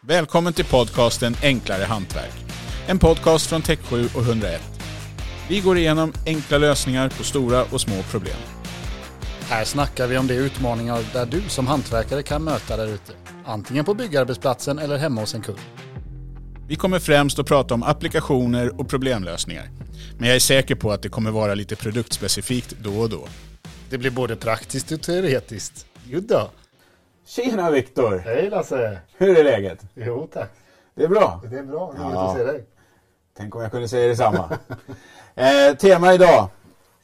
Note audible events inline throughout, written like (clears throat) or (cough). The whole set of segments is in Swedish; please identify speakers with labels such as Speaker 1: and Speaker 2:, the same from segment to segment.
Speaker 1: Välkommen till podcasten Enklare Hantverk. En podcast från Tech7 och 101. Vi går igenom enkla lösningar på stora och små problem.
Speaker 2: Här snackar vi om de utmaningar där du som hantverkare kan möta där ute. Antingen på byggarbetsplatsen eller hemma hos en kund.
Speaker 1: Vi kommer främst att prata om applikationer och problemlösningar. Men jag är säker på att det kommer vara lite produktspecifikt då och då.
Speaker 2: Det blir både praktiskt och teoretiskt. Jodå.
Speaker 1: Tjena Viktor!
Speaker 2: Hej Lasse.
Speaker 1: Hur är läget?
Speaker 2: Jo tack.
Speaker 1: Det är bra.
Speaker 2: Det är bra. Roligt
Speaker 1: Ja.
Speaker 2: att se dig.
Speaker 1: Tänk om jag kunde säga detsamma. eh, tema idag.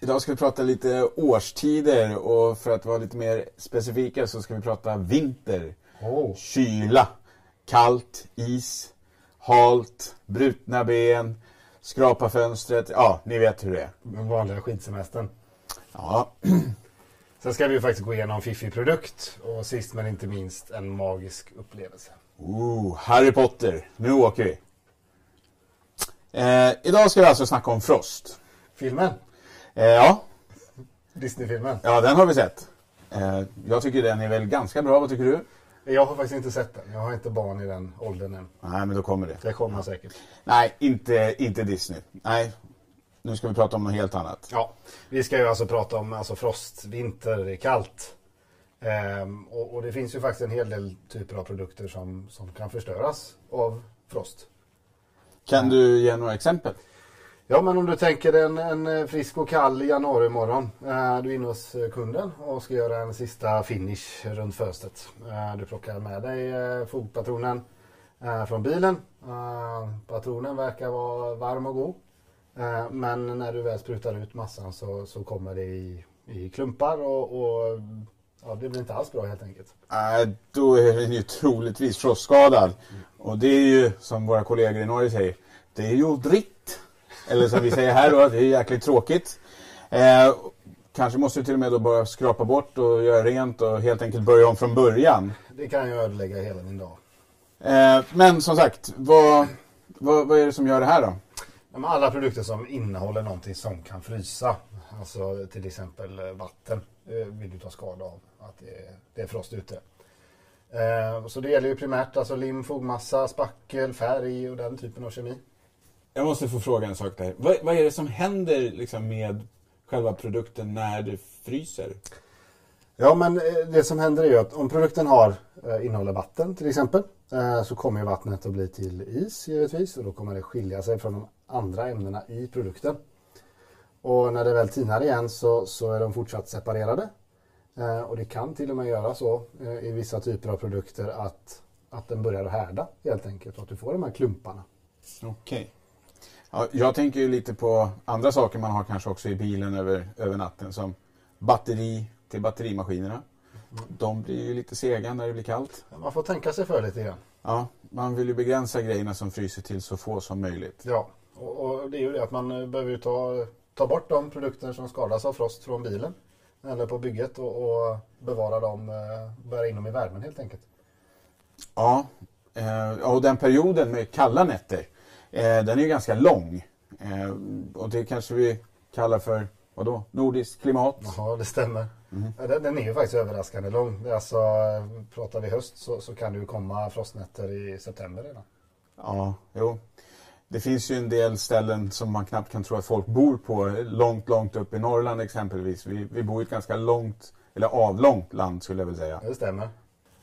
Speaker 1: Idag ska vi prata lite årstider och för att vara lite mer specifika så ska vi prata vinter,
Speaker 2: Oh.
Speaker 1: kyla, kallt, is, halt, brutna ben, skrapa fönstret. Ja, ni vet hur det är.
Speaker 2: Den vanliga skidsemestern.
Speaker 1: Ja,
Speaker 2: Sen ska vi ju faktiskt gå igenom fiffig produkt och sist men inte minst en magisk upplevelse.
Speaker 1: Ooh, Harry Potter. Nu åker vi. Eh, idag ska vi alltså snacka om Frost.
Speaker 2: Filmen.
Speaker 1: Eh, ja,
Speaker 2: Disney-filmen.
Speaker 1: ja, den har vi sett. Eh, jag tycker den är väl ganska bra. Vad tycker du?
Speaker 2: Jag har faktiskt inte sett den. Jag har inte barn i den åldern än.
Speaker 1: Nej, men då kommer det.
Speaker 2: Det kommer säkert.
Speaker 1: Nej, inte, inte Disney. Nej, nu ska vi prata om något helt annat.
Speaker 2: Ja, vi ska ju alltså prata om alltså frost, vinter, det är kallt. Ehm, och, och det finns ju faktiskt en hel del typer av produkter som, som kan förstöras av frost.
Speaker 1: Kan du ge några exempel?
Speaker 2: Ja, men om du tänker en, en eh, frisk och kall januarimorgon. Eh, du är inne hos eh, kunden och ska göra en sista finish runt fönstret. Eh, du plockar med dig eh, fogpatronen eh, från bilen. Eh, patronen verkar vara varm och god. Eh, men när du väl sprutar ut massan så, så kommer det i, i klumpar och, och ja, det blir inte alls bra helt enkelt.
Speaker 1: Nej, då är den ju troligtvis frostskadad. Och det är ju, som våra kollegor i Norge säger, det är ju dritt. Eller som vi säger här då, det är jäkligt tråkigt. Eh, kanske måste du till och med då bara skrapa bort och göra rent och helt enkelt börja om från början.
Speaker 2: Det kan ju ödelägga hela din dag.
Speaker 1: Eh, men som sagt, vad, vad, vad är det som gör det här då?
Speaker 2: Ja, men Alla produkter som innehåller någonting som kan frysa, alltså till exempel eh, vatten, eh, vill du ta skada av att det är, det är frost ute. Eh, Så det gäller ju primärt alltså lim, fogmassa, spackel, färg och den typen av kemi.
Speaker 3: Jag måste få fråga en sak där. Vad, vad är det som händer liksom med själva produkten när det fryser?
Speaker 2: Ja, men eh, det som händer är ju att om produkten har, eh, innehåller vatten till exempel eh, så kommer ju vattnet att bli till is givetvis och då kommer det skilja sig från de andra ämnena i produkten. Och när det väl tinar igen så, så är de fortsatt separerade. Eh, Och det kan till och med göra så eh, i vissa typer av produkter att, att den börjar att härda helt enkelt och att du får de här klumparna.
Speaker 1: Okej. Ja, jag tänker ju lite på andra saker man har kanske också i bilen över, över natten som batteri till batterimaskinerna. De blir ju lite sega när det blir kallt.
Speaker 2: Man får tänka sig för lite grann.
Speaker 1: Ja, man vill ju begränsa grejerna som fryser till så få som möjligt.
Speaker 2: Ja, och, och det är ju det att man eh, behöver ju ta, ta bort de produkter som skadas av frost från bilen eller på bygget och, och bevara dem, eh, bära in dem i värmen helt enkelt.
Speaker 1: Ja, eh, ja, och den perioden med kalla nätter, eh, den är ju ganska lång. Eh, och det kanske vi kallar för, vadå, nordiskt klimat?
Speaker 2: Ja, det stämmer. Ja, Den, den är ju faktiskt överraskande lång. Det är Alltså, eh, pratar vi höst så, så kan det ju komma frostnätter i september redan.
Speaker 1: Ja, jo. Det finns ju en del ställen som man knappt kan tro att folk bor på. Långt, långt upp i Norrland exempelvis. Vi, vi bor i ett ganska långt, eller avlångt land skulle jag vilja säga.
Speaker 2: Ja, Det stämmer.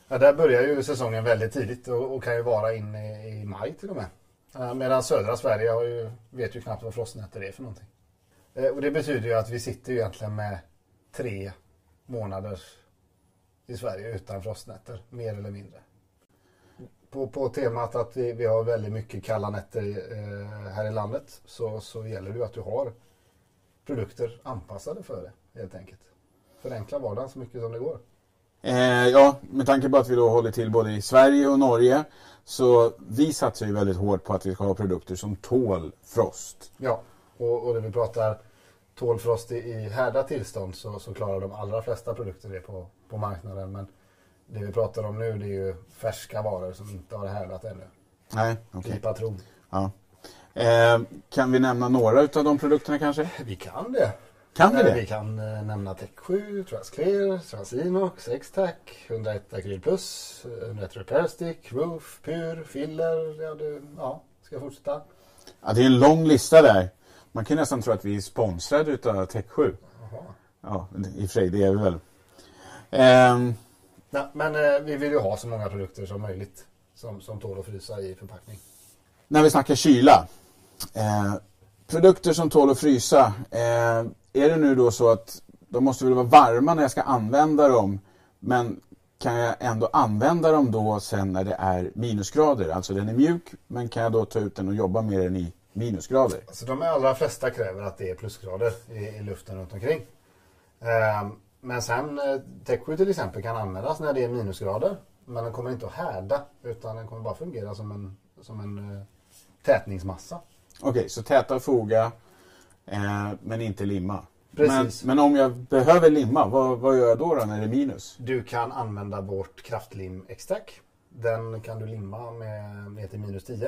Speaker 2: Ja, där börjar ju säsongen väldigt tidigt och, och kan ju vara in i, i maj till och med. Eh, Medan södra Sverige har ju, vet ju knappt vad frostnätter är för någonting. Eh, Och det betyder ju att vi sitter ju egentligen med tre månader i Sverige utan frostnätter, mer eller mindre. På, på temat att vi, vi har väldigt mycket kalla nätter eh, här i landet så, så gäller det ju att du har produkter anpassade för det helt enkelt. Förenkla vardagen så mycket som det går.
Speaker 1: Eh, ja, med tanke på att vi då håller till både i Sverige och Norge så vi satsar ju väldigt hårt på att vi ska ha produkter som tål frost.
Speaker 2: Ja, och, och när vi pratar tålfrost i, i härda tillstånd så, så klarar de allra flesta produkter det på, på marknaden. Men det vi pratar om nu det är ju färska varor som inte har härdat ännu.
Speaker 1: Nej, okej.
Speaker 2: Typ patron.
Speaker 1: Ja. Eh, kan vi nämna några utav de produkterna kanske?
Speaker 2: Vi kan det.
Speaker 1: Kan vi
Speaker 2: Eh,
Speaker 1: det?
Speaker 2: Vi kan eh, nämna Tech 7, Transclear, Transinox, Extac, 101 Acryl Plus, eh, 101 Repair Stick, Roof, Pur, Filler. Ja, det, ja ska jag fortsätta?
Speaker 1: Ja, det är en lång lista där. Man kan nästan tro att vi är sponsrade utav Tech7.
Speaker 2: Jaha.
Speaker 1: Ja, i och för sig, det är vi väl. Ehm,
Speaker 2: Nej, men eh, vi vill ju ha så många produkter som möjligt som, som tål att frysa i förpackning.
Speaker 1: när vi snackar kyla. Eh, produkter som tål att frysa. Eh, är det nu då så att de måste väl vara varma när jag ska använda dem. Men kan jag ändå använda dem då sen när det är minusgrader? Alltså den är mjuk, men kan jag då ta ut den och jobba med den i minusgrader?
Speaker 2: Alltså, de allra flesta kräver att det är plusgrader i, i luften runt omkring. Ehm, men sen eh, Tech 7 till exempel kan användas när det är minusgrader. Men den kommer inte att härda utan den kommer bara fungera som en, som en eh, tätningsmassa.
Speaker 1: Okej, så täta och foga, eh, men inte limma.
Speaker 2: Precis.
Speaker 1: Men, men om jag behöver limma, vad, vad gör jag då, då när det är minus?
Speaker 2: Du kan använda vårt kraftlim extrack. Den kan du limma med ner till minus 10.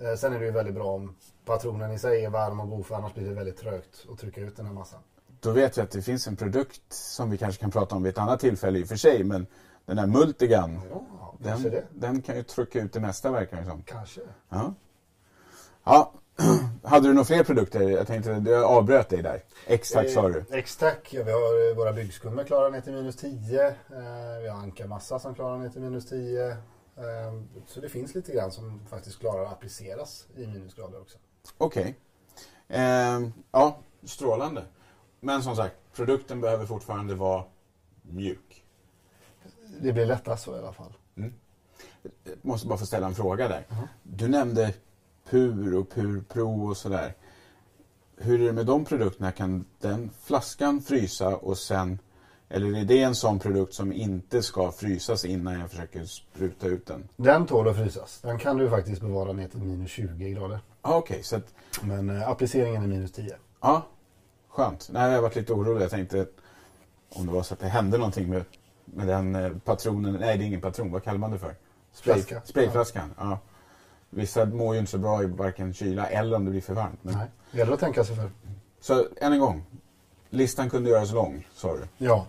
Speaker 2: Eh, Sen är det ju väldigt bra om patronen i sig är varm och god för annars blir det väldigt trögt att trycka ut den här massan.
Speaker 1: Då vet jag att det finns en produkt som vi kanske kan prata om vid ett annat tillfälle i och för sig, men den här Multigan,
Speaker 2: Ja, kanske
Speaker 1: den,
Speaker 2: det.
Speaker 1: den kan ju trycka ut det mesta verkar det som.
Speaker 2: Kanske.
Speaker 1: Ja. ja. (clears throat) Hade du några fler produkter? Jag tänkte, jag avbröt dig där. Exakt sa du.
Speaker 2: Eh, Extrack, ja, vi har eh, våra byggskummor klarar ner till minus 10. Eh, Vi har ankarmassa som klarar ner till minus 10. Eh, Så det finns lite grann som faktiskt klarar att appliceras i minusgrader också.
Speaker 1: Okej. Ehm, ja, strålande. Men som sagt, produkten behöver fortfarande vara mjuk.
Speaker 2: Det blir lättast så i alla fall.
Speaker 1: måste bara få ställa en fråga där. Du nämnde PUR och PUR Pro och sådär. Hur är det med de produkterna? Kan den flaskan frysa och sen... Eller är det en sån produkt som inte ska frysas innan jag försöker spruta ut den?
Speaker 2: Den tål att frysas. Den kan du faktiskt bevara ner till minus 20 grader.
Speaker 1: Ah, Okej, så att...
Speaker 2: Men eh, appliceringen är minus 10.
Speaker 1: Ja, skönt. Nej, jag varit lite orolig. Jag tänkte att om det var så att det hände någonting med, med den eh, patronen. Nej, det är ingen patron. Vad kallar man det för?
Speaker 2: Flaska.
Speaker 1: Sprayflaskan. Ja. Vissa mår ju inte så bra i varken kyla eller om det blir för varmt. Men
Speaker 2: Nej, det gäller att tänka sig för.
Speaker 1: Så än en gång, listan kunde göras lång, sa du.
Speaker 2: Ja,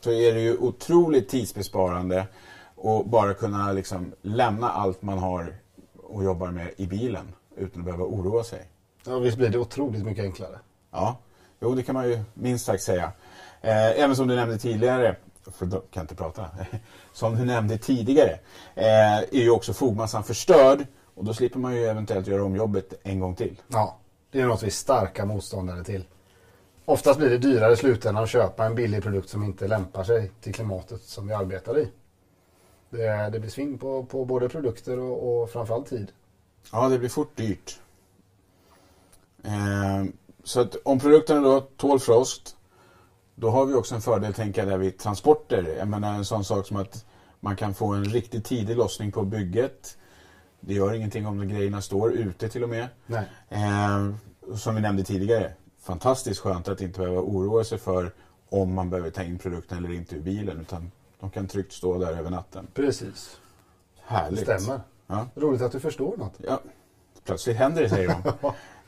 Speaker 1: Så är det ju otroligt tidsbesparande och bara kunna liksom lämna allt man har och jobbar med i bilen utan att behöva oroa sig.
Speaker 2: ja visst blir det otroligt mycket enklare.
Speaker 1: Ja, jo det kan man ju minst sagt säga. Eh, även som du nämnde tidigare, för då kan jag inte prata, (laughs) som du nämnde tidigare, eh, är ju också fogmassan förstörd och då slipper man ju eventuellt göra om jobbet en gång till.
Speaker 2: Ja, det är något vi är starka motståndare till. Oftast blir det dyrare i slutändan att köpa en billig produkt som inte lämpar sig till klimatet som vi arbetar i. Det, det blir svinn på, på både produkter och, och framförallt tid.
Speaker 1: Ja, det blir fort dyrt. Ehm, så att om produkterna då tål frost, då har vi också en fördel tänker jag där vid transporter. Jag menar en sån sak som att man kan få en riktigt tidig lossning på bygget. Det gör ingenting om de grejerna står ute till och med.
Speaker 2: Nej.
Speaker 1: Ehm, som vi nämnde tidigare, fantastiskt skönt att inte behöva oroa sig för om man behöver ta in produkten eller inte ur bilen. Utan de kan tryggt stå där över natten.
Speaker 2: Precis, det
Speaker 1: Härligt.
Speaker 2: stämmer.
Speaker 1: Ja.
Speaker 2: Roligt att du förstår något.
Speaker 1: Ja, plötsligt händer det säger de.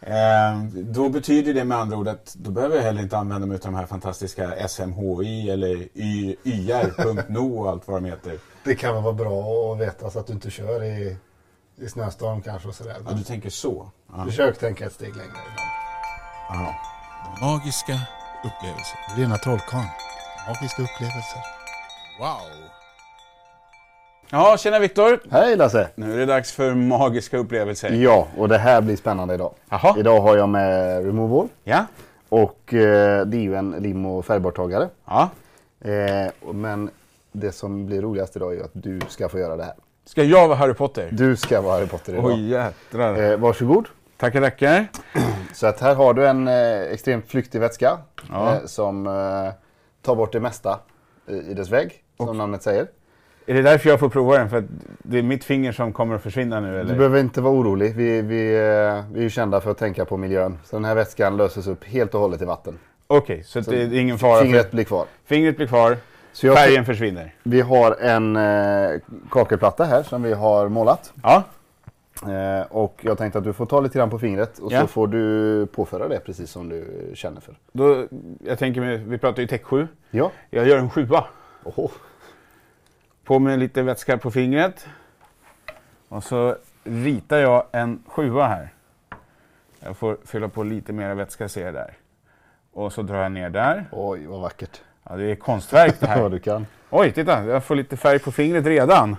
Speaker 1: eh, då betyder det med andra ord att då behöver jag heller inte använda mig av de här fantastiska SMHI eller Y- YR.no och allt vad de heter.
Speaker 2: Det kan väl vara bra att veta så att du inte kör i, i snöstorm kanske och sådär.
Speaker 1: Ja, du tänker så. Ja.
Speaker 2: Försök tänka ett steg längre ibland.
Speaker 1: Ja.
Speaker 4: Magiska upplevelser.
Speaker 5: Rena trollkarlen. Magiska upplevelser.
Speaker 4: Wow!
Speaker 1: ja, tjena Viktor.
Speaker 2: Hej Lasse!
Speaker 1: Nu är det dags för magiska upplevelser.
Speaker 2: Ja, och det här blir spännande idag.
Speaker 1: Jaha.
Speaker 2: Idag har jag med Removal
Speaker 1: Ja.
Speaker 2: och eh, det är ju en lim och färgborttagare.
Speaker 1: ja.
Speaker 2: Eh, och- men det som blir roligast idag är ju att du ska få göra det här.
Speaker 1: Ska jag vara Harry Potter?
Speaker 2: Du ska vara Harry Potter idag.
Speaker 1: Oj jädrar.
Speaker 2: Eh, varsågod.
Speaker 1: Tackar, tackar.
Speaker 2: Så att här har du en eh, extremt flyktig vätska eh, som eh, tar bort det mesta i, i dess väg, som namnet säger.
Speaker 1: Är det därför jag får prova den? För att det är mitt finger som kommer att försvinna nu
Speaker 2: Du behöver inte vara orolig. Vi, vi, eh, vi är ju kända för att tänka på miljön. Så den här vätskan löses upp helt och hållet i vatten.
Speaker 1: Okej, så, det är ingen fara.
Speaker 2: Fingret blir kvar.
Speaker 1: Fingret blir kvar,
Speaker 2: Så jag-
Speaker 1: färgen försvinner.
Speaker 2: Vi har en eh, kakelplatta här som vi har målat.
Speaker 1: Ja.
Speaker 2: Eh, och jag tänkte att du får ta lite grann på fingret och
Speaker 1: Ja.
Speaker 2: så får du påföra det precis som du känner för.
Speaker 1: Då, jag tänker, mig- vi pratar ju täck 7.
Speaker 2: Ja.
Speaker 1: Jag gör en sjua.
Speaker 2: Oho.
Speaker 1: På med lite vätska på fingret. Och så ritar jag en sjua här. Jag får fylla på lite mer vätska ser jag där. Och så drar jag ner där.
Speaker 2: Oj, vad vackert.
Speaker 1: Ja, det är konstverk det
Speaker 2: Vad
Speaker 1: här.
Speaker 2: du kan.
Speaker 1: Oj, titta, jag får lite färg på fingret redan.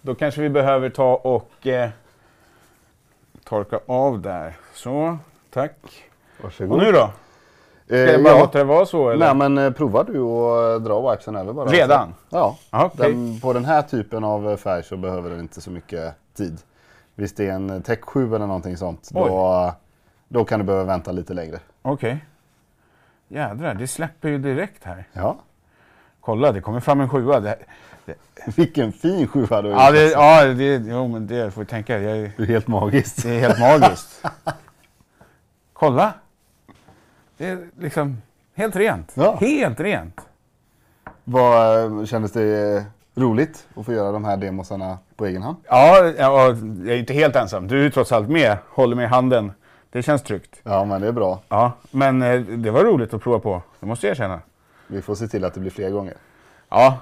Speaker 1: Då kanske vi behöver ta och eh, torka av där. Så, tack. Och
Speaker 2: Varsågod.
Speaker 1: nu då?
Speaker 2: Eh,
Speaker 1: Ska jag bara
Speaker 2: ja.
Speaker 1: låta det vara så eller?
Speaker 2: Nej, men eh, provar du att eh, dra wipesen över bara?
Speaker 1: Redan?
Speaker 2: Ja.
Speaker 1: Ja, okej.
Speaker 2: Den, på den här typen av eh, färg så behöver den inte så mycket tid. Visst det är en eh, Tech 7 eller någonting sånt,
Speaker 1: Oj.
Speaker 2: då, då kan du behöva vänta lite längre.
Speaker 1: Okej. Jädrar, det släpper ju direkt här.
Speaker 2: Ja.
Speaker 1: Kolla, det kommer fram en sjua. Det, det,
Speaker 2: (laughs) Vilken fin 7 du har
Speaker 1: ja,
Speaker 2: gjort.
Speaker 1: det, ja det, jo, men det får vi tänka. Jag,
Speaker 2: Det är helt magiskt.
Speaker 1: det är helt magiskt. (laughs) Kolla! Det är liksom helt rent.
Speaker 2: Ja.
Speaker 1: Helt rent.
Speaker 2: Vad, kändes det eh, roligt att få göra de här demosarna på egen hand?
Speaker 1: Ja, ja, jag är inte helt ensam. Du är ju trots allt med. Håller mig i handen. Det känns tryggt.
Speaker 2: Ja, men det är bra.
Speaker 1: Ja, men eh, det var roligt att prova på. Det måste jag erkänna.
Speaker 2: Vi får se till att det blir fler gånger.
Speaker 1: Ja,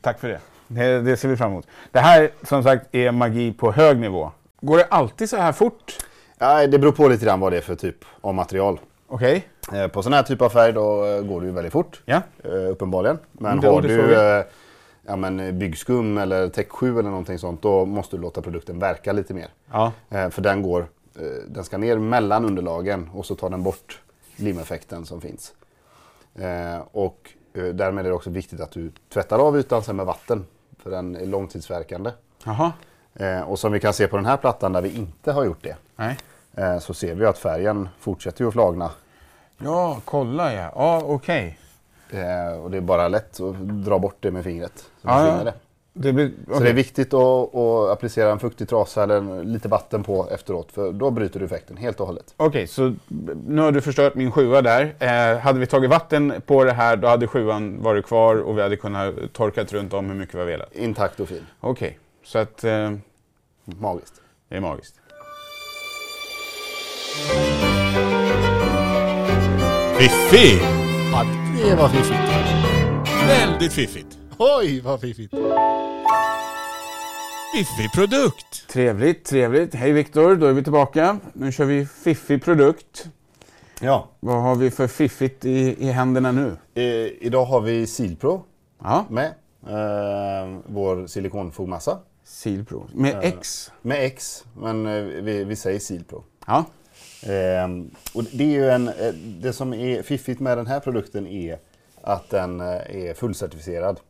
Speaker 1: tack för det. det. Det ser vi fram emot. Det här, som sagt, är magi på hög nivå. Går det alltid så här fort?
Speaker 2: Nej, det beror på lite grann vad det är för typ av material.
Speaker 1: Okej.
Speaker 2: Eh, På sån här typ av färg då eh, går det ju väldigt fort.
Speaker 1: Ja.
Speaker 2: Eh, Uppenbarligen. Men
Speaker 1: Det
Speaker 2: har
Speaker 1: ordet får
Speaker 2: du
Speaker 1: vi.
Speaker 2: eh, ja, men eh, byggskum eller Tech 7 eller någonting sånt, då måste du låta produkten verka lite mer.
Speaker 1: Ja.
Speaker 2: Eh, För den, går, eh, den ska ner mellan underlagen och så tar den bort limeffekten som finns. Eh, Och eh, därmed är det också viktigt att du tvättar av ytan sen med vatten, för den är långtidsverkande.
Speaker 1: Jaha.
Speaker 2: Eh, Och som vi kan se på den här plattan där vi inte har gjort det,
Speaker 1: Nej.
Speaker 2: eh, så ser vi att färgen fortsätter ju att flagna.
Speaker 1: Ja, kolla ja. Ja, okej.
Speaker 2: Eh, Och det är bara lätt att dra bort det med fingret. Så
Speaker 1: Ja,
Speaker 2: försvinner
Speaker 1: ja.
Speaker 2: det.
Speaker 1: Det blir...
Speaker 2: Så det
Speaker 1: okej.
Speaker 2: är viktigt att, att applicera en fuktig trasa eller en- lite vatten på efteråt, för då bryter du effekten helt och hållet.
Speaker 1: Okej, så nu har du förstört min sjua där. Eh, hade vi tagit vatten på det här, då hade sjuan varit kvar och vi hade kunnat torkat runt om hur mycket vi har velat.
Speaker 2: Intakt och fin.
Speaker 1: Okej, så att eh,
Speaker 2: Magiskt.
Speaker 1: det är magiskt.
Speaker 4: Fiffig!
Speaker 5: Ja, det var fiffigt.
Speaker 4: Väldigt fiffigt.
Speaker 5: Oj, vad fiffigt.
Speaker 4: Fiffig produkt!
Speaker 1: Trevligt, trevligt. Hej Viktor, då är vi tillbaka. Nu kör vi fiffig produkt.
Speaker 2: Ja.
Speaker 1: Vad har vi för fiffigt i, i händerna nu?
Speaker 2: Eh, idag har vi Silpro
Speaker 1: Ja,
Speaker 2: med, eh, vår silikonfogmassa.
Speaker 1: Silpro.
Speaker 2: Eh.
Speaker 1: Med X.
Speaker 2: Med X, men eh, vi, vi säger Silpro.
Speaker 1: Ja.
Speaker 2: Ehm, och det, är ju en, eh, det som är fiffigt med den här produkten är att den eh, är fullcertifierad.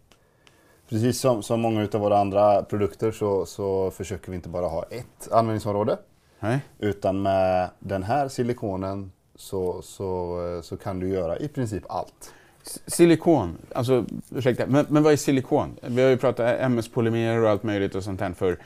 Speaker 2: Precis som, som många av våra andra produkter så, så försöker vi inte bara ha ett användningsområde.
Speaker 1: Nej.
Speaker 2: Utan med den här silikonen så, så, eh, så kan du göra i princip allt.
Speaker 1: S- Silikon, alltså ursäkta, men, men vad är silikon? Vi har ju pratat MS-polymer och allt möjligt och sånt här för.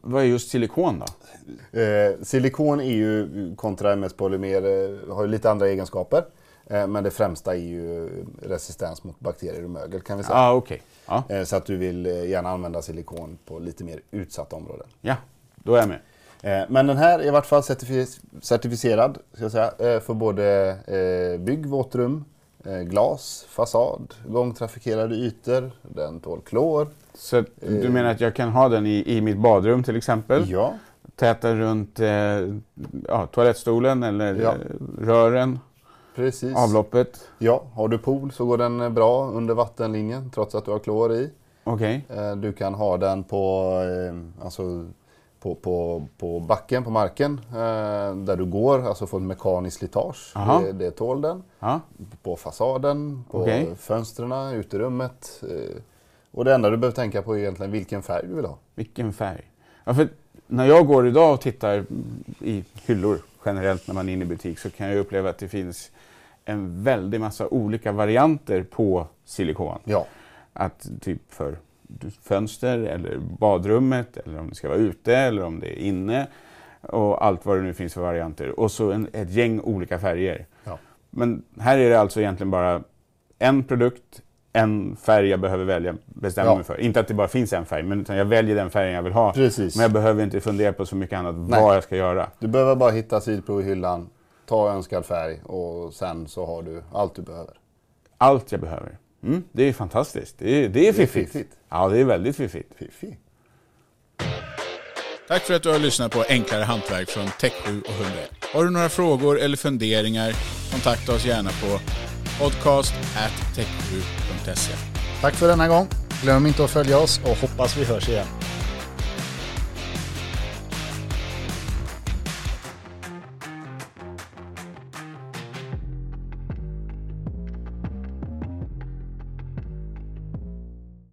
Speaker 1: Vad är just silikon då?
Speaker 2: Eh, silikon är ju kontra MS-polymer, eh, har ju lite andra egenskaper. Eh, men det främsta är ju resistens mot bakterier och mögel kan vi säga.
Speaker 1: ah, okej. Ja,
Speaker 2: Eh, Så att du vill eh, gärna använda silikon på lite mer utsatta områden.
Speaker 1: ja, då är jag med.
Speaker 2: Eh, Men den här är i vart fall certifi- certifierad ska jag säga, eh, för både eh, bygg, våtrum, eh, glas, fasad, gångtrafikerade ytor. Den tål klor.
Speaker 1: Så att du menar att jag kan ha den i, i mitt badrum till exempel?
Speaker 2: Eh. Ja,
Speaker 1: Täta runt eh, ja, toalettstolen eller
Speaker 2: Ja.
Speaker 1: eh, rören,
Speaker 2: precis.
Speaker 1: avloppet?
Speaker 2: Ja, har du pool så går den eh, bra under vattenlinjen trots att du har klor i.
Speaker 1: Okej.
Speaker 2: Eh, Du kan ha den på, eh, alltså, på, på, på backen, på marken, eh, där du går, alltså få ett mekaniskt slitage.
Speaker 1: Aha.
Speaker 2: Det, det tål den.
Speaker 1: Ja.
Speaker 2: På fasaden, på
Speaker 1: Okej.
Speaker 2: fönstren, uterummet. eh, Och det enda du behöver tänka på är egentligen vilken färg du vill ha.
Speaker 1: Vilken färg. Ja, för när jag går idag och tittar i hyllor generellt när man är inne i butik så kan jag uppleva att det finns en väldig massa olika varianter på silikon.
Speaker 2: Ja,
Speaker 1: Att typ för fönster eller badrummet eller om det ska vara ute eller om det är inne och allt vad det nu finns för varianter. Och så en, ett gäng olika färger.
Speaker 2: Ja.
Speaker 1: Men här är det alltså egentligen bara en produkt, en färg jag behöver välja, bestämma
Speaker 2: Ja.
Speaker 1: mig för. Inte att det bara finns en färg, men utan jag väljer den färgen jag vill ha.
Speaker 2: Precis.
Speaker 1: Men jag behöver inte fundera på så mycket annat vad jag ska göra.
Speaker 2: Du behöver bara hitta sidprov i hyllan, ta önskad färg och sen så har du allt du behöver.
Speaker 1: Allt jag behöver. Mm, det är fantastiskt. Det är, det är fiffigt.
Speaker 2: fiffigt.
Speaker 1: Ja, det är väldigt fiffigt.
Speaker 2: Fiffi.
Speaker 4: Tack för att du har lyssnat på Enklare Hantverk från Tech7 och 101. Har du några frågor eller funderingar, kontakta oss gärna på podcast at tech7.se.
Speaker 2: Tack för denna gång. Glöm inte att följa oss och
Speaker 5: Hoppas vi hörs igen.